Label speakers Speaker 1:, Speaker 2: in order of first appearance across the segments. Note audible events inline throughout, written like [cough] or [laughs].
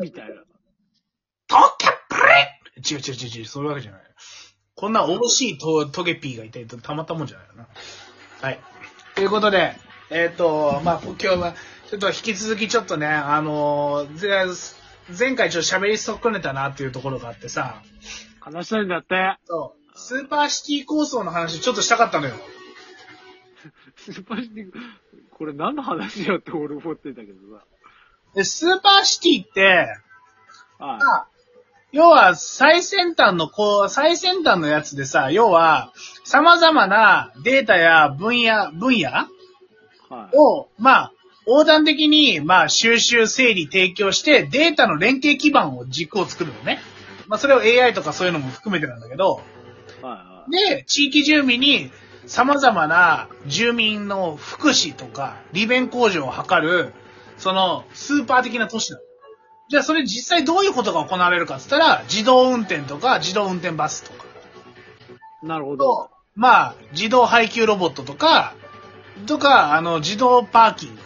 Speaker 1: みたいな。
Speaker 2: トケプリ違う違う違う違う、そういうわけじゃない。こんなおろしいとトゲピーがいて、たまったもんじゃないよな。はい。ということで、えっ、と、まあ、今日は、ちょっと引き続きちょっとね、あのーぜ前回ちょっと喋り損ねたなっていうところがあってさ、
Speaker 1: 悲しいんだって。
Speaker 2: そう、スーパーシティ構想の話ちょっとしたかったのよ。
Speaker 1: スーパーシティ、これ何の話よって俺思ってたけど
Speaker 2: で、スーパーシティって、
Speaker 1: さ。はい。
Speaker 2: まあ要は最先端のこう、最先端のやつでさ、要は様々なデータや分野、分野
Speaker 1: はい。
Speaker 2: を、まあ、横断的に、まあ、収集、整理、提供して、データの連携基盤を軸を作るのね。まあ、それを AI とかそういうのも含めてなんだけど、
Speaker 1: はい。
Speaker 2: で、地域住民に様々な住民の福祉とか利便向上を図る、そのスーパー的な都市だ。じゃあそれ実際どういうことが行われるかって言ったら、自動運転とか自動運転バスとか、
Speaker 1: なるほど
Speaker 2: と。、まあ、自動配給ロボットとか、とか、あの、自動パーキング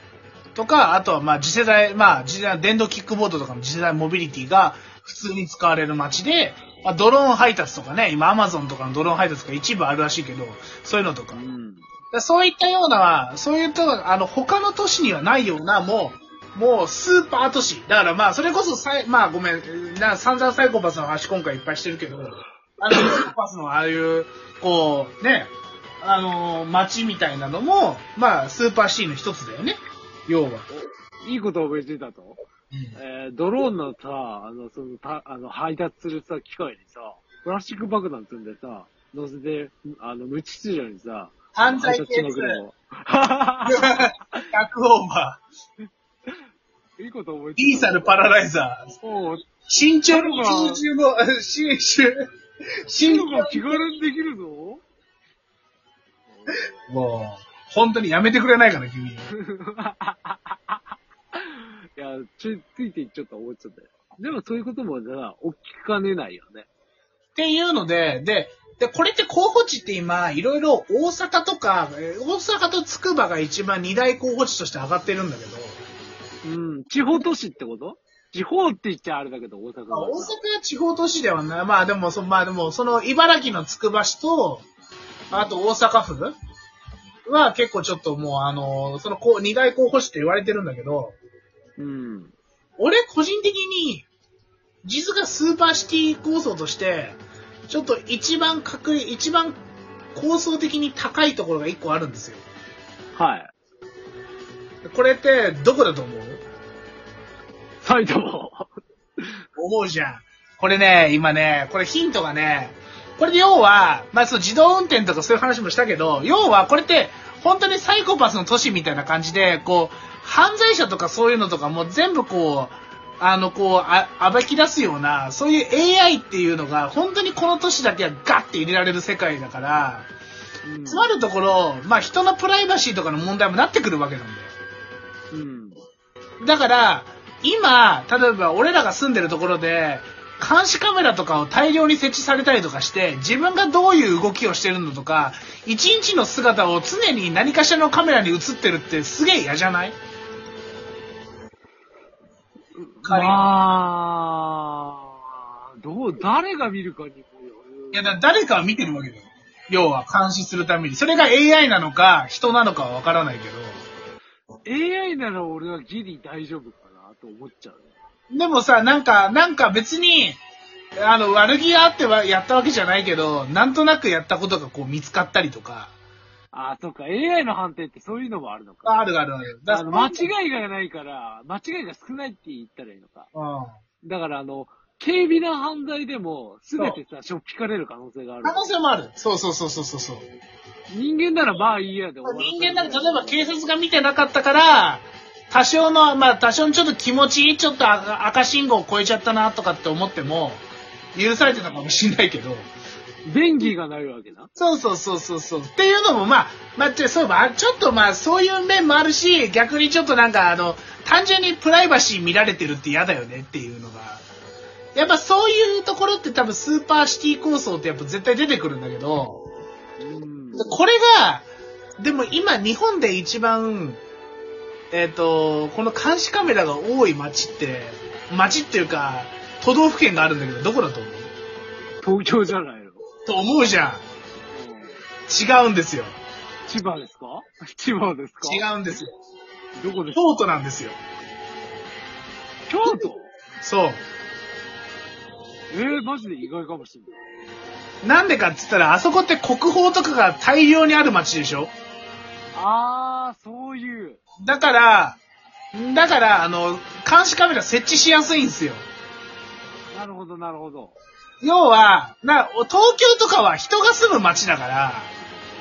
Speaker 2: とか、あとはまあ次世代、まあ次世代、電動キックボードとかの次世代モビリティが普通に使われる街で、まあ、ドローン配達とかね、今アマゾンとかのドローン配達が一部あるらしいけど、そういうのとか
Speaker 1: う。ん。
Speaker 2: でそういったような、そういった、あの、他の都市にはないような、もう、もう、スーパー都市。だからまあ、それこそさい、まあ、ごめん、な、散々サイコパスの話今回いっぱいしてるけど、
Speaker 1: [laughs]
Speaker 2: あの、サイコパスのああいう、こう、ね、あの街みたいなのも、まあ、スーパーシーンの一つだよね。要は。
Speaker 1: いいことを思いついたと。えー、ドローンのさ、あの、その、た、あの、配達するさ、機械にさ、プラスチック爆弾積んでさ、乗せて、あの、無秩序にさ、
Speaker 2: 犯罪系
Speaker 1: 配達の
Speaker 2: [laughs]
Speaker 1: 車を
Speaker 2: 100オーバー、
Speaker 1: [laughs] いいこと思いついた。
Speaker 2: ディーサルパラライザー、
Speaker 1: そう、
Speaker 2: 新中の新中の、 [laughs] 新中、
Speaker 1: そう
Speaker 2: 新
Speaker 1: いうのが気軽にできるぞ。
Speaker 2: もう、本当にやめてくれないかな、君。
Speaker 1: [laughs] いや、ついついていっちゃった、思っちゃったよ。でもそういうこともな、大きくかねないよね。
Speaker 2: っていうので、で、で、これって候補地って今、いろいろ大阪とか、えー大阪と筑波が一番二大候補地として上がってるんだけど、
Speaker 1: うん、地方都市ってこと地方って言っちゃあれだけど、大阪
Speaker 2: まあ、
Speaker 1: は
Speaker 2: 大阪は地方都市ではない。まあでも、そまあでも、その茨城の筑波市と、あと大阪府は結構ちょっともうあの、そのこう二大候補地って言われてるんだけど、
Speaker 1: うん。
Speaker 2: 俺個人的に、実がスーパーシティ構想として、ちょっと一番確率、一番構想的に高いところが一個あるんですよ。
Speaker 1: はい。
Speaker 2: これってどこだと思う
Speaker 1: 埼玉。
Speaker 2: 思うじゃん。これね、今ね、これヒントがね、これで要は、まあその自動運転とかそういう話もしたけど、要はこれって本当にサイコパスの都市みたいな感じで、こう、犯罪者とかそういうのとかも全部こう、あの、こう、あ、暴き出すような、そういう AI っていうのが、本当にこの都市だけはガッて入れられる世界だから、
Speaker 1: うん
Speaker 2: つまるところ、まあ人のプライバシーとかの問題もなってくるわけなんだよ。
Speaker 1: うん。
Speaker 2: だから、今、例えば俺らが住んでるところで、監視カメラとかを大量に設置されたりとかして、自分がどういう動きをしてるのとか、一日の姿を常に何かしらのカメラに映ってるってすげえ嫌じゃない仮に
Speaker 1: まあ、どう、誰が見るかにもよる
Speaker 2: いや、だから誰かは見てるわけだよ。要は監視するために。それが AI なのか、人なのかはわからないけど。
Speaker 1: AI なら俺はギリ大丈夫かなと思っちゃうね。
Speaker 2: でもさ、なんか、なんか別に、あの、悪気があってはやったわけじゃないけど、なんとなくやったことがこう見つかったりとか、
Speaker 1: ああ、そっか、AI の判定ってそういうのもあるのか。
Speaker 2: あるあるある。だ
Speaker 1: あの、間違いがないから、間違いが少ないって言ったらいいのか。
Speaker 2: 可
Speaker 1: だから、あの、軽微な犯罪でも、すべてさ、しょっぴかれる可能性がある。
Speaker 2: 能性もある。そうそうそうそうそうそう。
Speaker 1: 人間ならまあいいやで終わらせる
Speaker 2: 人間なんか例えば警察が見てなかったから、多少の、まあ多少のちょっと気持ち、ちょっと赤赤信号を超えちゃったなとかって思っても、許されてたかもしれないけど。
Speaker 1: 便宜がないわけな。
Speaker 2: そうそうそうそうそう。っていうのもまあ、まあ、ちょそういえばあちょっとまあそういう面もあるし、逆にちょっとなんかあの、単純にプライバシー見られてるって嫌だよねっていうのが。やっぱそういうところって多分スーパーシティ構想ってやっぱ絶対出てくるんだけど、
Speaker 1: うん。
Speaker 2: でこれが、でも今日本で一番、えっ、と、この監視カメラが多い街って、町っていうか、都道府県があるんだけど、どこだと思う
Speaker 1: 東京じゃないの。
Speaker 2: と思うじゃん。違うんですよ。
Speaker 1: 千葉ですか千葉ですか
Speaker 2: 違うんですよ。
Speaker 1: どこですか
Speaker 2: 京都なんですよ。
Speaker 1: 京都
Speaker 2: そ
Speaker 1: えー、マジで意外かもしれな
Speaker 2: う。なんでかって言ったら、あそこって国宝とかが大量にある町でしょ
Speaker 1: い。あー、そういう。
Speaker 2: だから、だから、あの、監視カメラ設置しやすいんですよ。
Speaker 1: なるほど、なるほど。
Speaker 2: 要は、な、東京とかは人が住む街だから、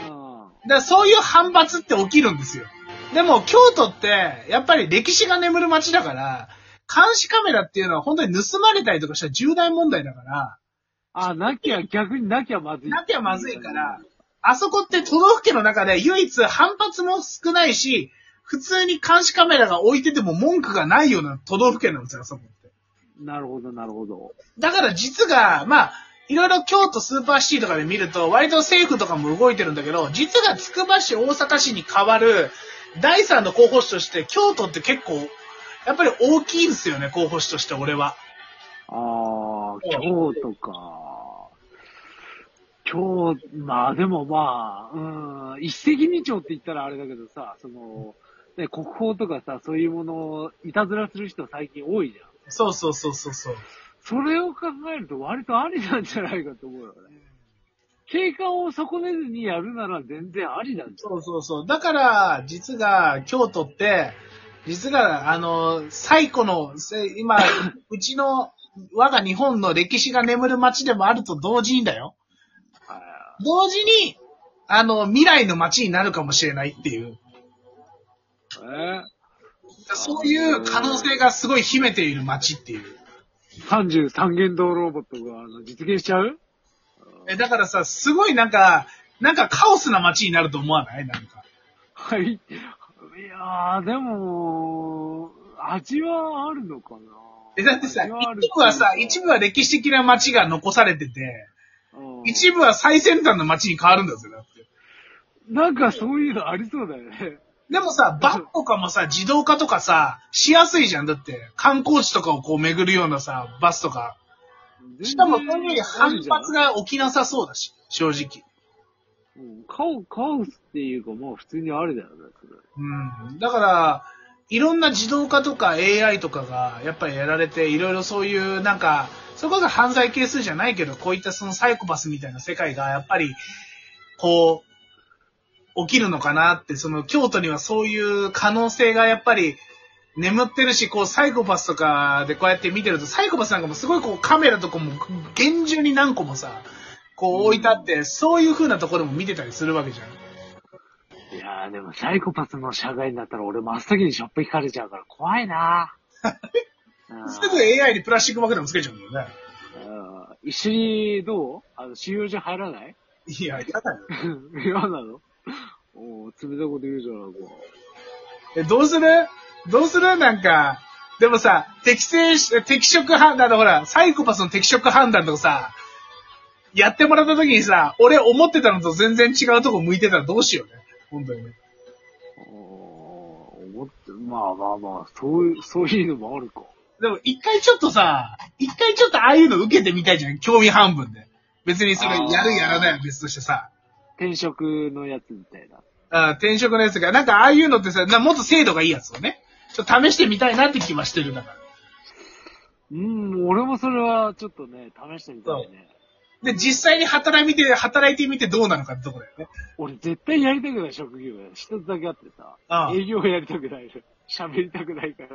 Speaker 1: うん。
Speaker 2: だからそういう反発って起きるんですよ。でも京都って、やっぱり歴史が眠る街だから、監視カメラっていうのは本当に盗まれたりとかしたら重大問題だから、
Speaker 1: あ、なきゃ、逆になきゃまずい。
Speaker 2: なきゃまずいから、あそこって都道府県の中で唯一反発も少ないし、普通に監視カメラが置いてても文句がないような都道府県なんですよ、あそこって。
Speaker 1: なるほど、なるほど。
Speaker 2: だから実が、まあ、いろいろ京都スーパーシティとかで見ると、割と政府とかも動いてるんだけど、実がつくば市、大阪市に変わる、第三の候補市として、京都って結構、やっぱり大きいんですよね、候補市として、俺は。
Speaker 1: あー、京都か。京、まあでもまあ、うん、一石二鳥って言ったらあれだけどさ、その、ね、国宝とかさ、そういうものをいたずらする人最近多いじゃん。
Speaker 2: そうそうそうそうそう。
Speaker 1: それを考えると割とありなんじゃないかと思うよね。景観を損ねずにやるなら全然ありなんじゃ
Speaker 2: そうそうそう。だから、実が、京都って、実が、あの、最古の、せ
Speaker 1: [laughs]
Speaker 2: 今、うちの、我が日本の歴史が眠る街でもあると同時にだよ。
Speaker 1: ない
Speaker 2: 同時に、あの、未来の街になるかもしれないっていう。
Speaker 1: え
Speaker 2: そういう可能性がすごい秘めている街っていう。
Speaker 1: ー、33元堂ロボットがあの実現しちゃう
Speaker 2: え、だからさ、すごいなんか、なんかカオスな街になると思わないなんか。
Speaker 1: はい。いやー、でも、味はあるのかな
Speaker 2: え、だってさ、
Speaker 1: 味ある
Speaker 2: 一部はさ、一部は歴史的な街が残されてて、
Speaker 1: うん
Speaker 2: 一部は最先端の街に変わるんだぜ、だって。
Speaker 1: なんかそういうのありそうだよね。
Speaker 2: でもさ、バスとかもさ、自動化とかさ、しやすいじゃん。だって、観光地とかをこう巡るようなさ、バスとか。しかも、そういうより反発が起きなさそうだし、正直。
Speaker 1: うんカオ、カオスっていうか、まあ普通にあれだよね。それ
Speaker 2: うん。だから、いろんな自動化とか AI とかが、やっぱりやられて、いろいろそういう、なんか、それこそ犯罪係数じゃないけど、こういったそのサイコパスみたいな世界が、やっぱり、こう、起きるのかなって、その京都にはそういう可能性がやっぱり眠ってるし、こうサイコパスとかでこうやって見てると、サイコパスなんかもすごいこうカメラとかも厳重に何個もさ、こう置いてあって、そういう風なところも見てたりするわけじゃん。
Speaker 1: いやーでもサイコパスの社外になったら俺真っ先にショップ引かれちゃうから怖
Speaker 2: [laughs]
Speaker 1: いなうん
Speaker 2: すぐ AI にプラスチック爆弾つけちゃうんだよね。
Speaker 1: うん一緒にどうあの、収容所入らない [laughs]
Speaker 2: いや、嫌だよ。
Speaker 1: 嫌なのおー冷たいこと言うじゃん、こ
Speaker 2: え、どうするどうするなんか、でもさ、適正し、適色判断のほら、サイコパスの適色判断とかさ、やってもらった時にさ、俺思ってたのと全然違うとこ向いてたらどうしようね。本当にね。
Speaker 1: う。おー思って、まあまあまあ、そういう、そういうのもあるか。
Speaker 2: でも一回ちょっとさ、一回ちょっとああいうの受けてみたいじゃん。興味半分で。別にそれやるやらないは別としてさ。
Speaker 1: 転職のやつみたいな。
Speaker 2: あ転職のやつが、なんかああいうのってさ、なもっと精度がいいやつをね。ちょっと試してみたいなって気はしてるんだから。
Speaker 1: うん、俺もそれはちょっとね、試してみたいね。
Speaker 2: で、実際に働いて、働いてみてどうなのかってとこだよね。
Speaker 1: 俺絶対やりたくない職業や。一つだけあってさ、
Speaker 2: ああ
Speaker 1: 営業やりたくないの。喋りたくな
Speaker 2: [laughs]
Speaker 1: いから。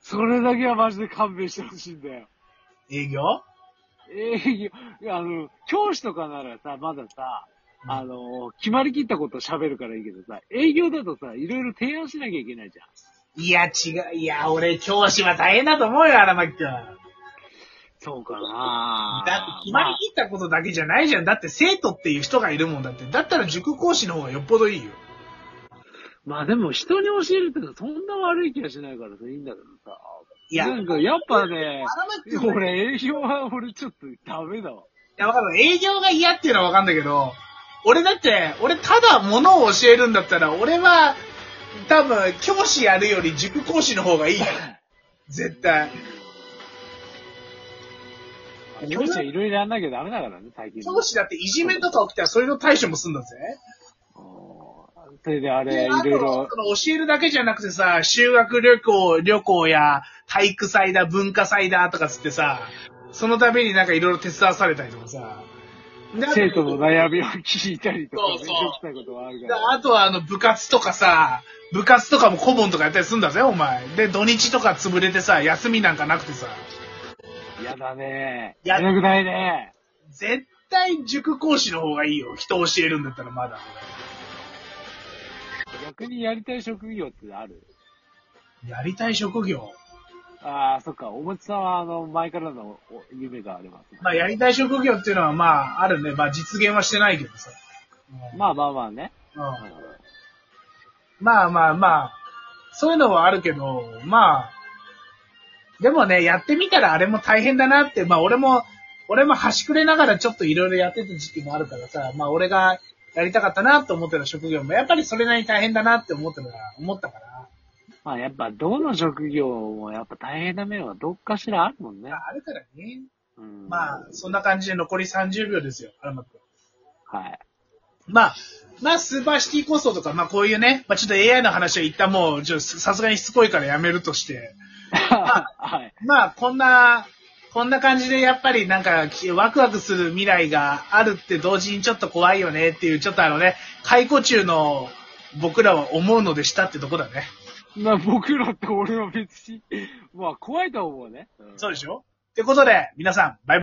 Speaker 1: それだけはマジで勘弁してほしいんだよ。
Speaker 2: 営業
Speaker 1: 営業、いやあの、教師とかならさ、まださ、あの、決まりきったこと喋るからいいけどさ、営業だとさ、いろいろ提案しなきゃいけないじゃん。
Speaker 2: いや、違う。いや、俺、教師は大変だと思うよ、荒牧くん。だ
Speaker 1: そうかな
Speaker 2: って、決まりきったことだけじゃないじゃん。だって、生徒っていう人がいるもんだって。だったら、塾講師の方がよっぽどいいよ。
Speaker 1: まあでも人に教えるってのはそんな悪い気がしないからさ、いいんだけどさ。
Speaker 2: いや、
Speaker 1: な
Speaker 2: 荒
Speaker 1: んかやっぱね、
Speaker 2: 牧くん、い
Speaker 1: 俺営業は俺ちょっとダメだわ。
Speaker 2: や、わかる。営業が嫌っていうのはわかんだけど、俺だって、俺、ただ物を教えるんだったら、俺は、多分、教師やるより塾講師の方がいいよ。絶対。
Speaker 1: 教師はいろいろやんなきゃダメだからね、最近。
Speaker 2: 教師だっていじめとか起きたらそれの対処もすんだぜ。
Speaker 1: あーそれであれ、い
Speaker 2: であと
Speaker 1: ろいろ
Speaker 2: そ、の教えるだけじゃなくてさ、修学旅行、旅行や体育祭だ、文化祭だとかつってさ、そのためになんかいろいろ手伝わされたりとかさ。であと
Speaker 1: 生徒の悩みを聞いたりとか、
Speaker 2: そう
Speaker 1: 勉
Speaker 2: そう
Speaker 1: 強したことはあるか
Speaker 2: で
Speaker 1: ら。
Speaker 2: あとはあの部活とかさ、部活とかも顧問とかやったりすんだぜ、お前。で、土日とか潰れてさ、休みなんかなくてさ。
Speaker 1: やだね。
Speaker 2: や
Speaker 1: やりたくないね。
Speaker 2: 絶対塾講師の方がいいよ。人を教えるんだったらまだ。
Speaker 1: 逆にやりたい職業ってある
Speaker 2: やりたい職業。
Speaker 1: ああ、そっか。おもちさんは、あの、前からのお夢がありますね。
Speaker 2: まあ、やりたい職業っていうのは、まあ、あるね。まあ、実現はしてないけどさ。うん
Speaker 1: まあまあまあね。
Speaker 2: うんまあまあまあ、そういうのはあるけど、まあ、でもね、やってみたらあれも大変だなって、まあ俺も、俺も端くれながらちょっといろいろやってた時期もあるからさ、まあ俺がやりたかったなと思ってた職業も、やっぱりそれなりに大変だなって思ったから、思ったから、
Speaker 1: まあやっぱ、どの職業もやっぱ大変な面はどっかしらあるもんね
Speaker 2: ま。ああるからね。
Speaker 1: うん。
Speaker 2: まあ、そんな感じで残り30秒ですよ、アルマ君。
Speaker 1: はい。 [laughs]
Speaker 2: まあ、まあ、スーパーシティ構想とか、まあ、こういうね、まあ、ちょっと AI の話は一旦もう、ちょっとさすがにしつこいからやめるとして、
Speaker 1: はい。
Speaker 2: まあ、こんな、こんな感じでやっぱりなんか、きワクワクする未来があるって同時にちょっと怖いよねっていう、ちょっとあのね、解雇中の僕らは思うのでしたってとこだね。
Speaker 1: まあ僕らって俺は別に、まあ怖いとは思うね。うん
Speaker 2: そうでしょってことで、皆さん、バイバイ。